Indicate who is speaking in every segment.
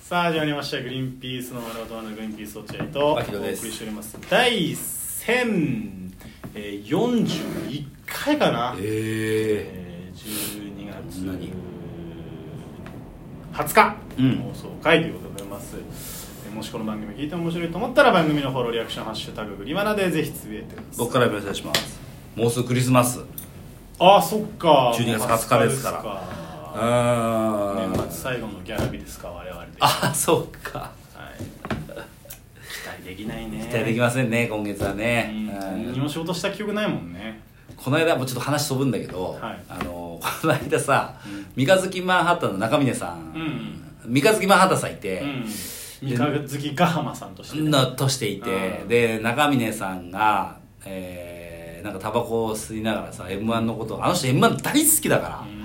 Speaker 1: さあ始まりました「グリーンピースの丸ごとのグリーンピース落合」とお
Speaker 2: 牧野
Speaker 1: 送り
Speaker 2: です
Speaker 1: しております第1041回かな、え
Speaker 2: え
Speaker 1: ー12月
Speaker 2: 何
Speaker 1: 20日、
Speaker 2: うん
Speaker 1: 放送回ということでございますえーもしこの番組聞いて面白いと思ったら番組のフォローリアクション「ハッシュタググリマナ」でぜひつぶやいてくだ
Speaker 2: ー
Speaker 1: さい
Speaker 2: 僕からお願いしますもうすぐクリスマス
Speaker 1: ああそっか
Speaker 2: 12月20日ですから
Speaker 1: ら
Speaker 2: あ
Speaker 1: 年末
Speaker 2: ー
Speaker 1: 最後のギャラ日ですか我々で
Speaker 2: あそうか
Speaker 1: はい、 期待できないね
Speaker 2: 期待できませんね今月はね
Speaker 1: うん何
Speaker 2: うん
Speaker 1: も仕事した記憶ないもんね
Speaker 2: この間もうちょっと話飛ぶんだけど、
Speaker 1: はい
Speaker 2: あのこの間さ
Speaker 1: うん
Speaker 2: 三日月マンハッタンの中峰さ、
Speaker 1: うんん、
Speaker 2: 三日月マンハッタンさんいうて、
Speaker 1: ん、三日月ヶ浜さんとしてね、
Speaker 2: のとしていて
Speaker 1: うん
Speaker 2: で中峰さんがえーなんかタバコを吸いながらさ m 1のことあの人 m 1大好きだから、
Speaker 1: うん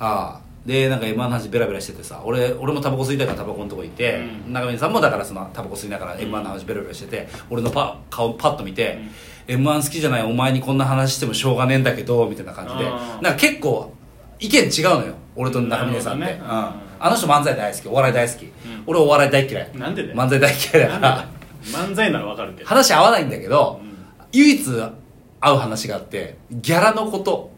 Speaker 2: ああでなんか M−1 の話ベラベラしててさ俺俺もタバコ吸いたからタバコのとこ行って、
Speaker 1: うん
Speaker 2: 中身さんもだからそのタバコ吸いながら M−1 の話ベラベラしてて俺のパ顔パッと見て「M−1 好きじゃないお前にこんな話してもしょうがねえんだけど」みたいな感じで
Speaker 1: あー
Speaker 2: なんか結構意見違うのよ俺と中峰さんって、
Speaker 1: なる
Speaker 2: う
Speaker 1: ほ
Speaker 2: ん
Speaker 1: どね
Speaker 2: あの人漫才大好きお笑い大好き、俺お笑い大嫌い
Speaker 1: なんでだよ
Speaker 2: 漫才大嫌いだから
Speaker 1: 漫才ならわかるけど
Speaker 2: 話合わないんだけど、
Speaker 1: うん
Speaker 2: 唯一合う話があってギャラのこと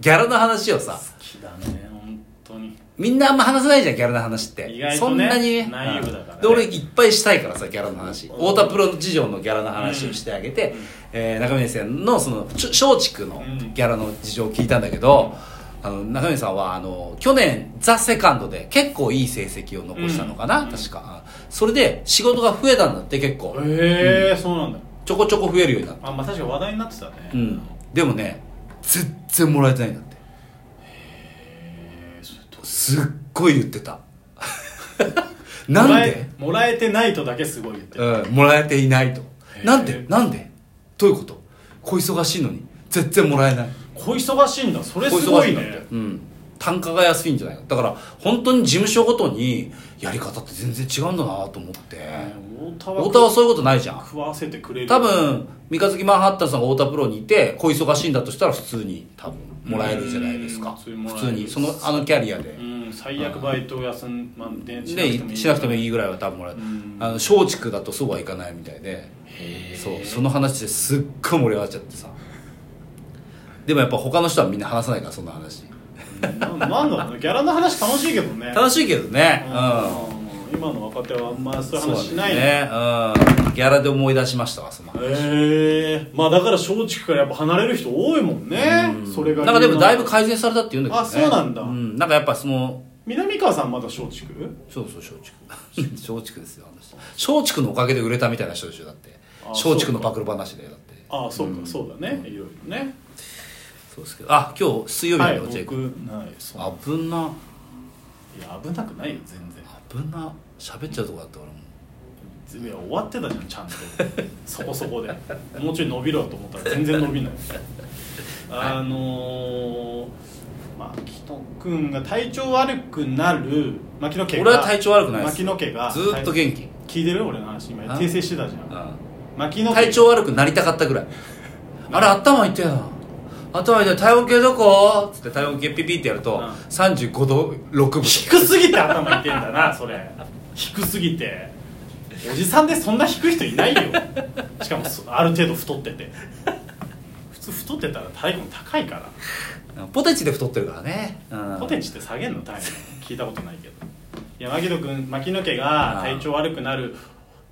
Speaker 2: ギャラの話をさ
Speaker 1: 好きだね本当に
Speaker 2: みんなあんま話さないじゃんギャラの話って
Speaker 1: 意外とね
Speaker 2: そんなにね
Speaker 1: ナイーブだからね
Speaker 2: うんで俺いっぱいしたいからさギャラの話
Speaker 1: うん
Speaker 2: 太田プロ事情のギャラの話をしてあげて、
Speaker 1: うん
Speaker 2: えー中峰さんのそのちょ松竹の
Speaker 1: うん
Speaker 2: ギャラの事情を聞いたんだけど、あの中峰さんはあの去年「ザ・セカンドで結構いい成績を残したのかな、
Speaker 1: うん
Speaker 2: 確かそれで仕事が増えたんだって結構、
Speaker 1: へえーそうなんだ
Speaker 2: ちょこちょこ増えるようになった
Speaker 1: あまあ確かに話題になってたね
Speaker 2: うんでもね全然もらえてないんだって
Speaker 1: えーそれどう
Speaker 2: すっごい言っ てたなん
Speaker 1: もら
Speaker 2: で
Speaker 1: えもらえてないとだけすごい言ってる、
Speaker 2: うん、もらえていないと
Speaker 1: へ。ー
Speaker 2: なんでなんでどういうこと小忙しいのに、全然もらえない。
Speaker 1: 小忙しいんだそれすごい
Speaker 2: 小忙しんだっ
Speaker 1: ね
Speaker 2: てうん。単価が安いんじゃないか。だから、本当に事務所ごとに、やり方って全然違うんだなと思って。
Speaker 1: えー太田は
Speaker 2: 太田はそういうことないじゃん。
Speaker 1: 食わせてくれる
Speaker 2: 多分、三日月マンハッタンさんが太田プロにいて、小忙しいんだとしたら普通に多分、もらえるじゃないですか。
Speaker 1: うん普
Speaker 2: 普
Speaker 1: 通
Speaker 2: 通
Speaker 1: にもらえ
Speaker 2: に、
Speaker 1: る
Speaker 2: その、あのキャリアで。
Speaker 1: うん最悪バイトを休ん、まあ、で
Speaker 2: で、しなくてもい
Speaker 1: い
Speaker 2: いぐらいは多分もらえる。
Speaker 1: うん
Speaker 2: あの、松竹だとそうはいかないみたいで。
Speaker 1: へー
Speaker 2: そうその話ですっごい盛り上がっちゃってさでもやっぱ他の人はみんな話さないからそんな話
Speaker 1: ななんだろうねギャラの話楽しいけどね
Speaker 2: 楽
Speaker 1: しい
Speaker 2: しいけどねうん
Speaker 1: 今の若手はあんまそういう話し
Speaker 2: だ
Speaker 1: ないね
Speaker 2: ねうんギャラで思い出しましたわその話
Speaker 1: へえまあだから松竹からやっぱ離れる人多いもんねそれが
Speaker 2: なんかでもだいぶ
Speaker 1: か
Speaker 2: 改善されたって言うんだけど
Speaker 1: あ
Speaker 2: ね
Speaker 1: そうなんだ
Speaker 2: うん、なんかやっぱその
Speaker 1: 南川さんまだ松竹
Speaker 2: そうそう松 竹松竹ですよあの人松竹のおかげで売れたみたいな人でしょだって
Speaker 1: あ
Speaker 2: 松竹のパクる話でだって
Speaker 1: ああそうか、そうだねいろいろね
Speaker 2: そうですけどあ今日水曜日
Speaker 1: は
Speaker 2: ないんで落合
Speaker 1: 僕
Speaker 2: 君
Speaker 1: ないそう
Speaker 2: 危ない
Speaker 1: や危なくないよ全然
Speaker 2: 危な喋っちゃうとこだった俺も
Speaker 1: いや終わってたじゃんちゃんとそこそこでもうちょい伸びろと思ったら全然伸びないあのー、牧野君が体調悪くなる牧野家が
Speaker 2: 俺は体調悪くないです
Speaker 1: 牧野家が
Speaker 2: ずーっと元気
Speaker 1: 聞いてる俺の話今
Speaker 2: あ
Speaker 1: 訂正してたじゃん牧野家
Speaker 2: 体調悪くなりたかったぐらいあれ頭痛いな頭痛い体温計どこっつって体温計ピピってやると、
Speaker 1: うん
Speaker 2: 35度6分
Speaker 1: 低すぎて頭いてんだなそれ低すぎておじさんでそんな低い人いないよしかもそある程度太ってて普通太ってたら体温高いから
Speaker 2: ポテチで太ってるからね、うん
Speaker 1: ポテチって下げんの体温聞いたことないけどいや牧野君牧野家が体調悪くなる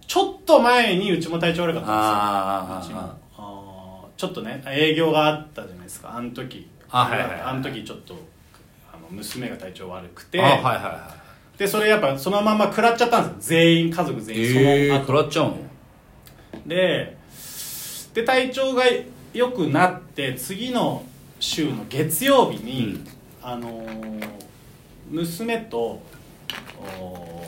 Speaker 1: ちょっと前にうちも体調悪かったん
Speaker 2: あ
Speaker 1: ですようち
Speaker 2: ー
Speaker 1: も
Speaker 2: あ
Speaker 1: あーちょっとね営業があったじゃないですかあの時
Speaker 2: あはいはいはい
Speaker 1: あの時ちょっとあの娘が体調悪く
Speaker 2: ー
Speaker 1: て
Speaker 2: あーはいはいは
Speaker 1: でそれやっぱそのまま食らっちゃったんですよ全員家族全
Speaker 2: い
Speaker 1: 員その後、
Speaker 2: ええー、食らっちゃうの
Speaker 1: でで体調が良くなって次の週の月曜日に、
Speaker 2: うん
Speaker 1: あのー娘と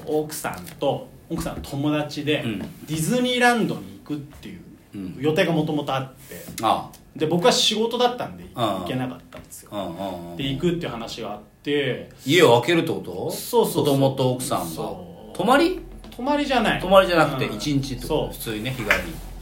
Speaker 1: お奥さんと奥さんの友達で、
Speaker 2: うん
Speaker 1: ディズニーランドに行くっていう
Speaker 2: うん
Speaker 1: 予定がもともとあって
Speaker 2: あ
Speaker 1: で僕は仕事だったんで
Speaker 2: ああ
Speaker 1: 行けなかったんですよ
Speaker 2: あうんうんうん
Speaker 1: で行くっていう話があって
Speaker 2: 家を開けるってこと
Speaker 1: そうそうそう
Speaker 2: 子供と奥さんが
Speaker 1: そう
Speaker 2: 泊まり
Speaker 1: 泊まりじゃない
Speaker 2: 泊まりじゃなくて
Speaker 1: うん
Speaker 2: 1日ってこと、
Speaker 1: そう
Speaker 2: 普通にね日帰り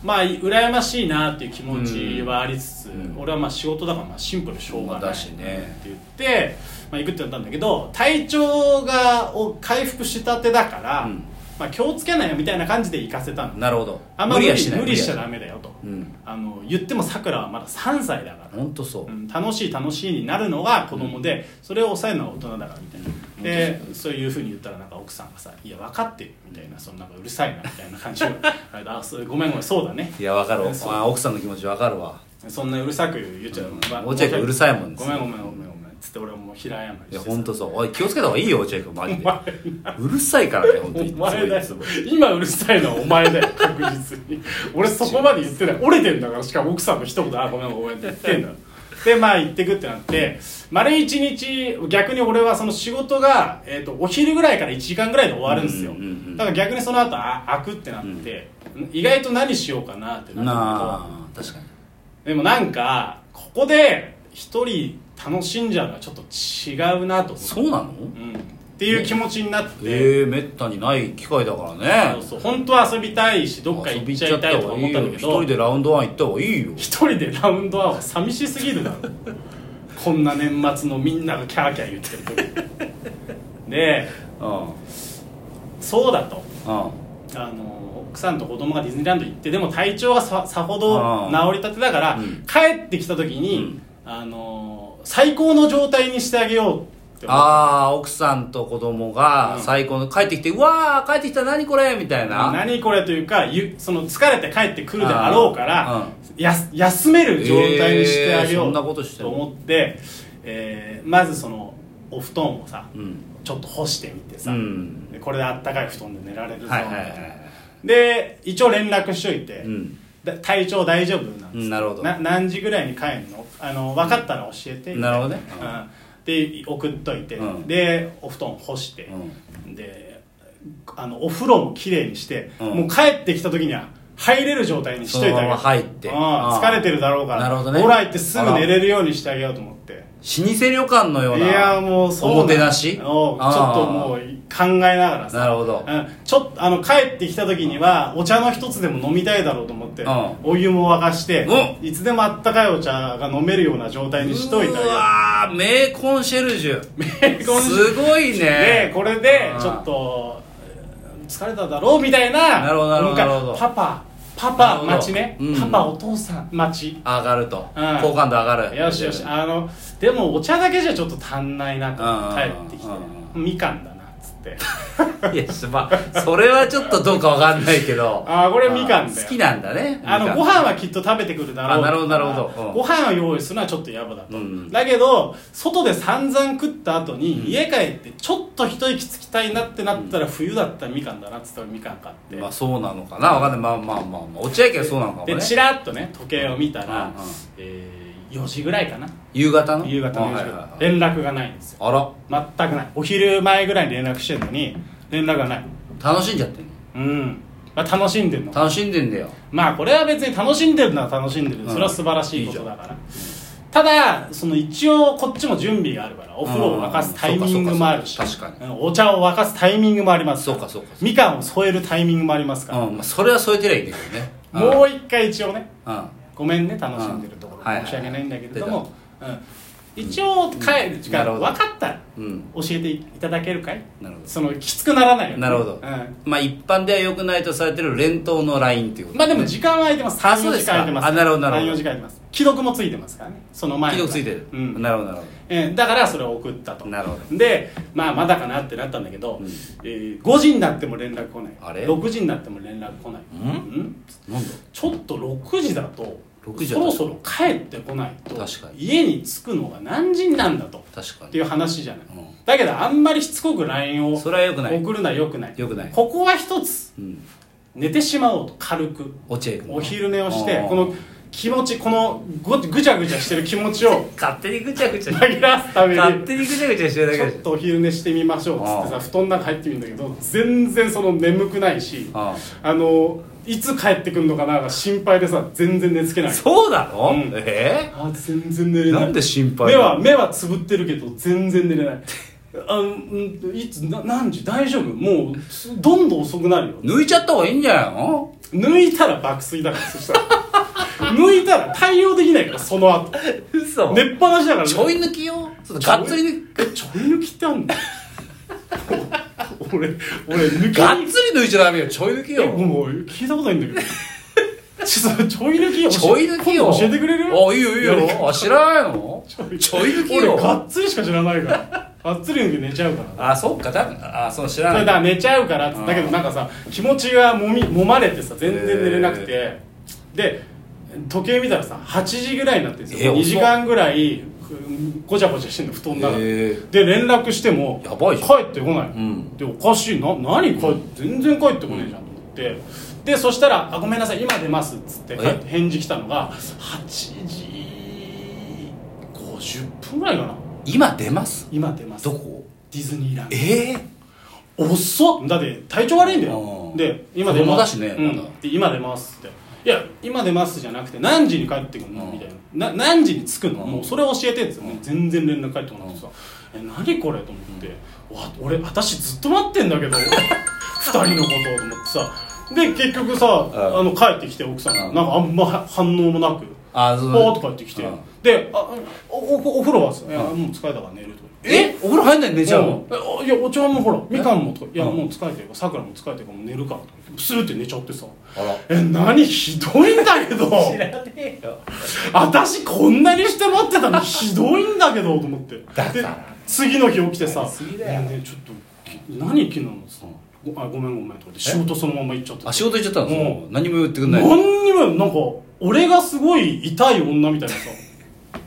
Speaker 1: まあ羨ましいなっていう気持ちはありつつ、
Speaker 2: うん
Speaker 1: 俺はまあ仕事だからまあシンプルしょうがない
Speaker 2: まあだしね
Speaker 1: って言って、まあ、行くってなったんだけど体調がを回復したてだから、
Speaker 2: うん
Speaker 1: まあ、気をつけないよみたいな感じで行かせたの
Speaker 2: なるほど
Speaker 1: あんま無理
Speaker 2: はしない
Speaker 1: 無理しちゃ
Speaker 2: 無
Speaker 1: ダ
Speaker 2: は
Speaker 1: メだよと、
Speaker 2: うん
Speaker 1: あの言ってもさくらはまだ3歳だから、
Speaker 2: 本当そう、
Speaker 1: うん楽しい楽しいになるのが子供で、それを抑えるのは大人だからみたいなでそういうふうに言ったらなんか奥さんがさ「いや分かってる」みたいなそのなんかうるさいなみたいな感じを あそうごめんごめんそうだね
Speaker 2: いやわかるわ
Speaker 1: そう
Speaker 2: あ奥さんの気持ちわかるわ
Speaker 1: そんなうるさく言っちゃう、
Speaker 2: うん
Speaker 1: まあ
Speaker 2: 落合君うるさいもん
Speaker 1: ごめんごめんごめんごめんつって俺も平謝り
Speaker 2: い
Speaker 1: し
Speaker 2: や
Speaker 1: て
Speaker 2: 本当そうおい気をつけた方がいいよ落合君マジで
Speaker 1: お前
Speaker 2: うるさいからね本当
Speaker 1: お
Speaker 2: に
Speaker 1: 前だよ
Speaker 2: いつもいつも
Speaker 1: 今うるさいのはお前だよ確実 に俺そこまで言ってない折れてんだからしかも奥さんの一言「あごめんごめん」って言ってん だでまあ行ってくってなって丸一日逆に俺はその仕事が、えー、とお昼ぐらいから1時間ぐらいで終わるんですよ、
Speaker 2: うんうんうんうん
Speaker 1: だから逆にその後あ開くってなって、意外と何しようかなってなって
Speaker 2: なあ確かに
Speaker 1: でもなんかここで一人楽しんじゃうのはちょっと違うなと思って、
Speaker 2: そうな
Speaker 1: う
Speaker 2: の
Speaker 1: ん、っていう気持ちになって、
Speaker 2: ええめったにない機会だから
Speaker 1: そう
Speaker 2: ね
Speaker 1: そう本当は遊びたいしどっか行っちゃいたいとか思ったんだけ
Speaker 2: 一
Speaker 1: ど
Speaker 2: 人でラウンドワン行った方がいいよ
Speaker 1: 一人でラウンドワンは寂しすぎ るだろこんな年末のみんながキャーキャー言ってる時で
Speaker 2: うん
Speaker 1: そうだと
Speaker 2: うん
Speaker 1: あの奥さんと子供がディズニーランド行ってでも体調がささほど
Speaker 2: あー
Speaker 1: 治りたてだから、
Speaker 2: うん
Speaker 1: 帰ってきた時に、あの最高の状態にしてあげようって思っ
Speaker 2: ああ奥さんと子供が
Speaker 1: うん
Speaker 2: 最高の帰ってきて「うわー帰ってきた何これ」みたいな
Speaker 1: 何これというかゆその疲れて帰ってくるであろうから、
Speaker 2: あ
Speaker 1: やす休める状態にしてあげよ
Speaker 2: えーそ
Speaker 1: うん
Speaker 2: なことしてん
Speaker 1: と
Speaker 2: の
Speaker 1: 思って、えーまずそのお布団をさ
Speaker 2: うん
Speaker 1: ちょっと干してみて
Speaker 2: う
Speaker 1: さ、
Speaker 2: ん
Speaker 1: でこれであったかい布団で寝られるぞみた
Speaker 2: は
Speaker 1: い
Speaker 2: いは
Speaker 1: な、
Speaker 2: いはい
Speaker 1: で一応連絡しといて、
Speaker 2: うん
Speaker 1: だ体調大丈夫なんです
Speaker 2: うんなるほど
Speaker 1: 何時ぐらいに帰るのあの分かったら教えて、
Speaker 2: うんなるほどね
Speaker 1: うんで送っといて、
Speaker 2: うん
Speaker 1: でお布団干して、であのお風呂もきれいにして、
Speaker 2: うん
Speaker 1: もう帰ってきた時には入れる状態にしといてあげ
Speaker 2: そのま
Speaker 1: よ
Speaker 2: ま
Speaker 1: う
Speaker 2: 入って
Speaker 1: うん
Speaker 2: ああ
Speaker 1: 疲れてるだろうから
Speaker 2: なるほどね
Speaker 1: オラ行ってすぐ寝れるようにしてあげようと思って
Speaker 2: 老舗旅館のよう
Speaker 1: い
Speaker 2: な
Speaker 1: やもうそう
Speaker 2: おもてなし
Speaker 1: うんちょっともう
Speaker 2: あ
Speaker 1: 考えながら
Speaker 2: ー
Speaker 1: さ
Speaker 2: なるほど
Speaker 1: うんちょっとあの帰ってきた時にはお茶の一つでも飲みたいだろうと思って、
Speaker 2: うん
Speaker 1: お湯も沸かして、
Speaker 2: う
Speaker 1: いつでもあったかいお茶が飲めるような状態にしといた
Speaker 2: うわー名コンシェルジ
Speaker 1: コ
Speaker 2: ュ
Speaker 1: ンシェルジ
Speaker 2: すごい
Speaker 1: で
Speaker 2: ね
Speaker 1: これで
Speaker 2: あー
Speaker 1: ちょっとえー疲れただろうみたいな
Speaker 2: なるほどなるほど
Speaker 1: なん
Speaker 2: なる
Speaker 1: か
Speaker 2: ほど
Speaker 1: パパパ
Speaker 2: なる
Speaker 1: パ
Speaker 2: ほど
Speaker 1: 待ちね、
Speaker 2: うん
Speaker 1: パパお父さん待ち
Speaker 2: 上がると
Speaker 1: うん
Speaker 2: 好感度上がる
Speaker 1: よしよしあのでもお茶だけじゃちょっと足んないなと思って
Speaker 2: うん
Speaker 1: 帰ってきて
Speaker 2: う
Speaker 1: みかんだなっつって
Speaker 2: いやしまあそれはちょっとどうかわかんないけど
Speaker 1: あーこれみかんだよ
Speaker 2: あー好きなんだね
Speaker 1: あの
Speaker 2: みかん
Speaker 1: ご飯はきっと食べてくるだろう
Speaker 2: あなるほどなるほどうん
Speaker 1: ご飯を用意するのはちょっと野暮だと、
Speaker 2: うん
Speaker 1: だけど外で散々食った後に家帰ってちょっと一息つきたいなってなったら冬だったらみかんだなっつったらみかん買って、
Speaker 2: まあそうなのかなわかんないまあまあまあまあ落合家はそうなのかもね
Speaker 1: でちらっとね時計を見たら、
Speaker 2: うんうん
Speaker 1: えー4時ぐらいかな
Speaker 2: 夕方の
Speaker 1: 夕方の4
Speaker 2: あ
Speaker 1: 時
Speaker 2: はい
Speaker 1: ぐ
Speaker 2: はい
Speaker 1: ら
Speaker 2: はい
Speaker 1: い連絡がないんですよ
Speaker 2: あら
Speaker 1: 全くないお昼前ぐらいに連絡してるのに連絡がない
Speaker 2: 楽しんじゃってんの
Speaker 1: うん、まあ、楽しんでるの
Speaker 2: 楽しんでんだよ
Speaker 1: まあこれは別に楽しんでるのは楽しんでる、
Speaker 2: うん
Speaker 1: それは素晴らしいことだからただその一応こっちも準備があるからお風呂を沸かすタイミングもあるし
Speaker 2: うんそうかそうかそうか確か
Speaker 1: うんお茶を沸かすタイミングもあります
Speaker 2: そうかそうか
Speaker 1: みかんを添えるタイミングもありますから、
Speaker 2: うんまあそれは添えてりゃいいんだけどね
Speaker 1: もう一回一応ね
Speaker 2: うんうん
Speaker 1: ごめんね楽しんでるところ、
Speaker 2: うんはいはいはい
Speaker 1: 申し訳ないんだけれども、うん一応帰る時間、
Speaker 2: なるほど
Speaker 1: 分かったら
Speaker 2: うん
Speaker 1: 教えていただけるかい
Speaker 2: なるほど
Speaker 1: そのきつくならないように
Speaker 2: なるほど
Speaker 1: うん
Speaker 2: まあ一般では良くないとされてる連投のラインっていうこと
Speaker 1: まあでも時間は空いてます
Speaker 2: あ
Speaker 1: 34
Speaker 2: そうで
Speaker 1: 時
Speaker 2: す
Speaker 1: 間
Speaker 2: か
Speaker 1: 空いてます
Speaker 2: あなるほどなるほど
Speaker 1: 34時間空いてます既読もついてますからねその前
Speaker 2: 既読ついてる
Speaker 1: うん
Speaker 2: なるほどなるほ
Speaker 1: えーだからそれを送ったと
Speaker 2: なるほ
Speaker 1: でまあまだかなってなったんだけど、
Speaker 2: うん
Speaker 1: えー5時になっても連絡来ない
Speaker 2: あれ
Speaker 1: 6時になっても連絡来ない
Speaker 2: んどなんだ
Speaker 1: ちょっと6時だと
Speaker 2: 6時だ
Speaker 1: そ
Speaker 2: と
Speaker 1: ろそろ帰ってこないと
Speaker 2: 確かに
Speaker 1: 家に着くのが何時なんだと
Speaker 2: 確か
Speaker 1: って
Speaker 2: に
Speaker 1: いう話じゃない、
Speaker 2: うん
Speaker 1: だけどあんまりしつこく LINE を送
Speaker 2: それは良くない
Speaker 1: るのはよくない
Speaker 2: 良くない
Speaker 1: ここは一つ
Speaker 2: うん
Speaker 1: 寝てしまおうと軽く
Speaker 2: 落合君の
Speaker 1: お昼寝をして
Speaker 2: うん
Speaker 1: この気持ちこのごぐちゃぐちゃしてる気持ち を
Speaker 2: 勝手にぐちゃぐちゃ
Speaker 1: 紛らわすため
Speaker 2: 勝
Speaker 1: に
Speaker 2: 手にぐちゃぐちゃしてるだ
Speaker 1: ち
Speaker 2: け
Speaker 1: ょ
Speaker 2: で
Speaker 1: っ
Speaker 2: しょ
Speaker 1: とお昼寝してみましょうっつって
Speaker 2: あ
Speaker 1: さ
Speaker 2: あ
Speaker 1: 布団の中入ってみるんだけど全然その眠くないし
Speaker 2: あ
Speaker 1: あのいつ帰ってくるのかなが心配でさ全然寝つけな
Speaker 2: あ
Speaker 1: い
Speaker 2: そうなの
Speaker 1: うん
Speaker 2: え
Speaker 1: あ全然寝
Speaker 2: え
Speaker 1: れない
Speaker 2: なんで心配
Speaker 1: 目
Speaker 2: な
Speaker 1: は
Speaker 2: の
Speaker 1: 目はつぶってるけど全然寝れないあのうんいつな何時大丈夫もうすどんどん遅くなるよ
Speaker 2: 抜いちゃった方がいいんじゃないの
Speaker 1: 抜いたら爆睡だからそ したら抜いたら対応できないからその後
Speaker 2: 嘘
Speaker 1: 寝っぱなしだからね
Speaker 2: ちょい抜きよちょっとがっつり抜
Speaker 1: えちょい抜きってあんの 俺俺抜
Speaker 2: き
Speaker 1: き
Speaker 2: がっつり抜いちゃダメよちょい抜き
Speaker 1: え
Speaker 2: よ
Speaker 1: もう聞いたことないんだ けどちょっとちょい抜き教え
Speaker 2: ちょい抜きよ
Speaker 1: 今度教えてくれる
Speaker 2: あいいよいい
Speaker 1: やり
Speaker 2: よあ知らないのちょい
Speaker 1: 方
Speaker 2: 抜きよ
Speaker 1: 俺がっつりしか知らないからがっつり抜き寝ちゃうから
Speaker 2: あそっかだからあそう知ら
Speaker 1: そ
Speaker 2: な
Speaker 1: れ
Speaker 2: い
Speaker 1: だから寝ちゃうからっつって
Speaker 2: うん
Speaker 1: だけどなんかさ気持ちがもみ揉まれてさ全然寝れなくて、
Speaker 2: へ
Speaker 1: で時計見たらさ8時ぐらいになってるんですよ、
Speaker 2: え
Speaker 1: 2時間ぐらいうんごちゃごちゃしてんの布団だから、
Speaker 2: へー
Speaker 1: で連絡しても
Speaker 2: やばいじゃん
Speaker 1: 帰ってこない、
Speaker 2: ん
Speaker 1: でおかしいな何帰全然帰ってこねえじゃんと思ってでそしたら「あごめんなさい今出ます」っつって帰って
Speaker 2: え
Speaker 1: 返事来たのが8時50分ぐらいかな
Speaker 2: 今出ます
Speaker 1: 今出ます
Speaker 2: どこ
Speaker 1: ディズニーランド
Speaker 2: ええ
Speaker 1: 遅っだって体調悪いんだよ
Speaker 2: うん
Speaker 1: で今出ます
Speaker 2: 子供だしね
Speaker 1: うん
Speaker 2: まだ
Speaker 1: で今出ますっていや今出ますじゃなくて何時に帰ってくるの
Speaker 2: うん
Speaker 1: みたいなな何時に着くの
Speaker 2: うん
Speaker 1: もうそれ教えてってもう全然連絡返ってこなくてさ「え何これ?」と思って「わ俺私ずっと待ってんだけど 二人のこと」と思ってさで結局さ
Speaker 2: うん
Speaker 1: あの帰ってきて奥さんが
Speaker 2: う
Speaker 1: なんんかあんま反応もなく
Speaker 2: あ
Speaker 1: ポー
Speaker 2: そ
Speaker 1: って帰ってきて
Speaker 2: うん
Speaker 1: であおおお風呂はっすいやもう疲れたから寝ると
Speaker 2: えお風呂入んないで寝ちゃうの
Speaker 1: うんいやお茶碗もほらみかんもとかいや
Speaker 2: うん
Speaker 1: もう疲れてるからさくらも疲れてるからもう寝るかと思ってスーって寝ちゃってさ
Speaker 2: あら
Speaker 1: え何ひどいんだ けど
Speaker 2: ねえよ
Speaker 1: 私こんなにして待ってたのひどいんだけどと思って
Speaker 2: だから
Speaker 1: で次の日起きてさ
Speaker 2: やりすぎだよ
Speaker 1: ねえねえちょっとき何昨日のさごあごめんごめんとかで仕事そのまま行っちゃって
Speaker 2: あ仕事行っちゃったの
Speaker 1: う
Speaker 2: そう何も言ってくんない
Speaker 1: 何にもなんか俺がすごい痛い女みたいなさ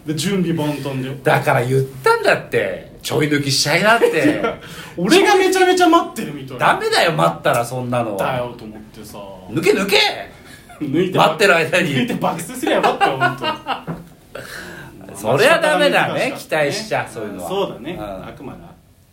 Speaker 1: で準備万端で
Speaker 2: だから言ったんだってちょい抜きしちゃいなって
Speaker 1: 俺がめちゃめちゃ待ってるみたいな
Speaker 2: ダメだよ待ったらそんなの
Speaker 1: だよと思ってさ
Speaker 2: 抜け抜け
Speaker 1: 抜いて
Speaker 2: 待ってる間
Speaker 1: 抜いて
Speaker 2: に
Speaker 1: 爆睡すりゃよかったよ本当まあ
Speaker 2: そりゃダメだね
Speaker 1: 仕方が難しかった
Speaker 2: 期待しちゃそういうのは
Speaker 1: そうだね
Speaker 2: うん
Speaker 1: あくまであ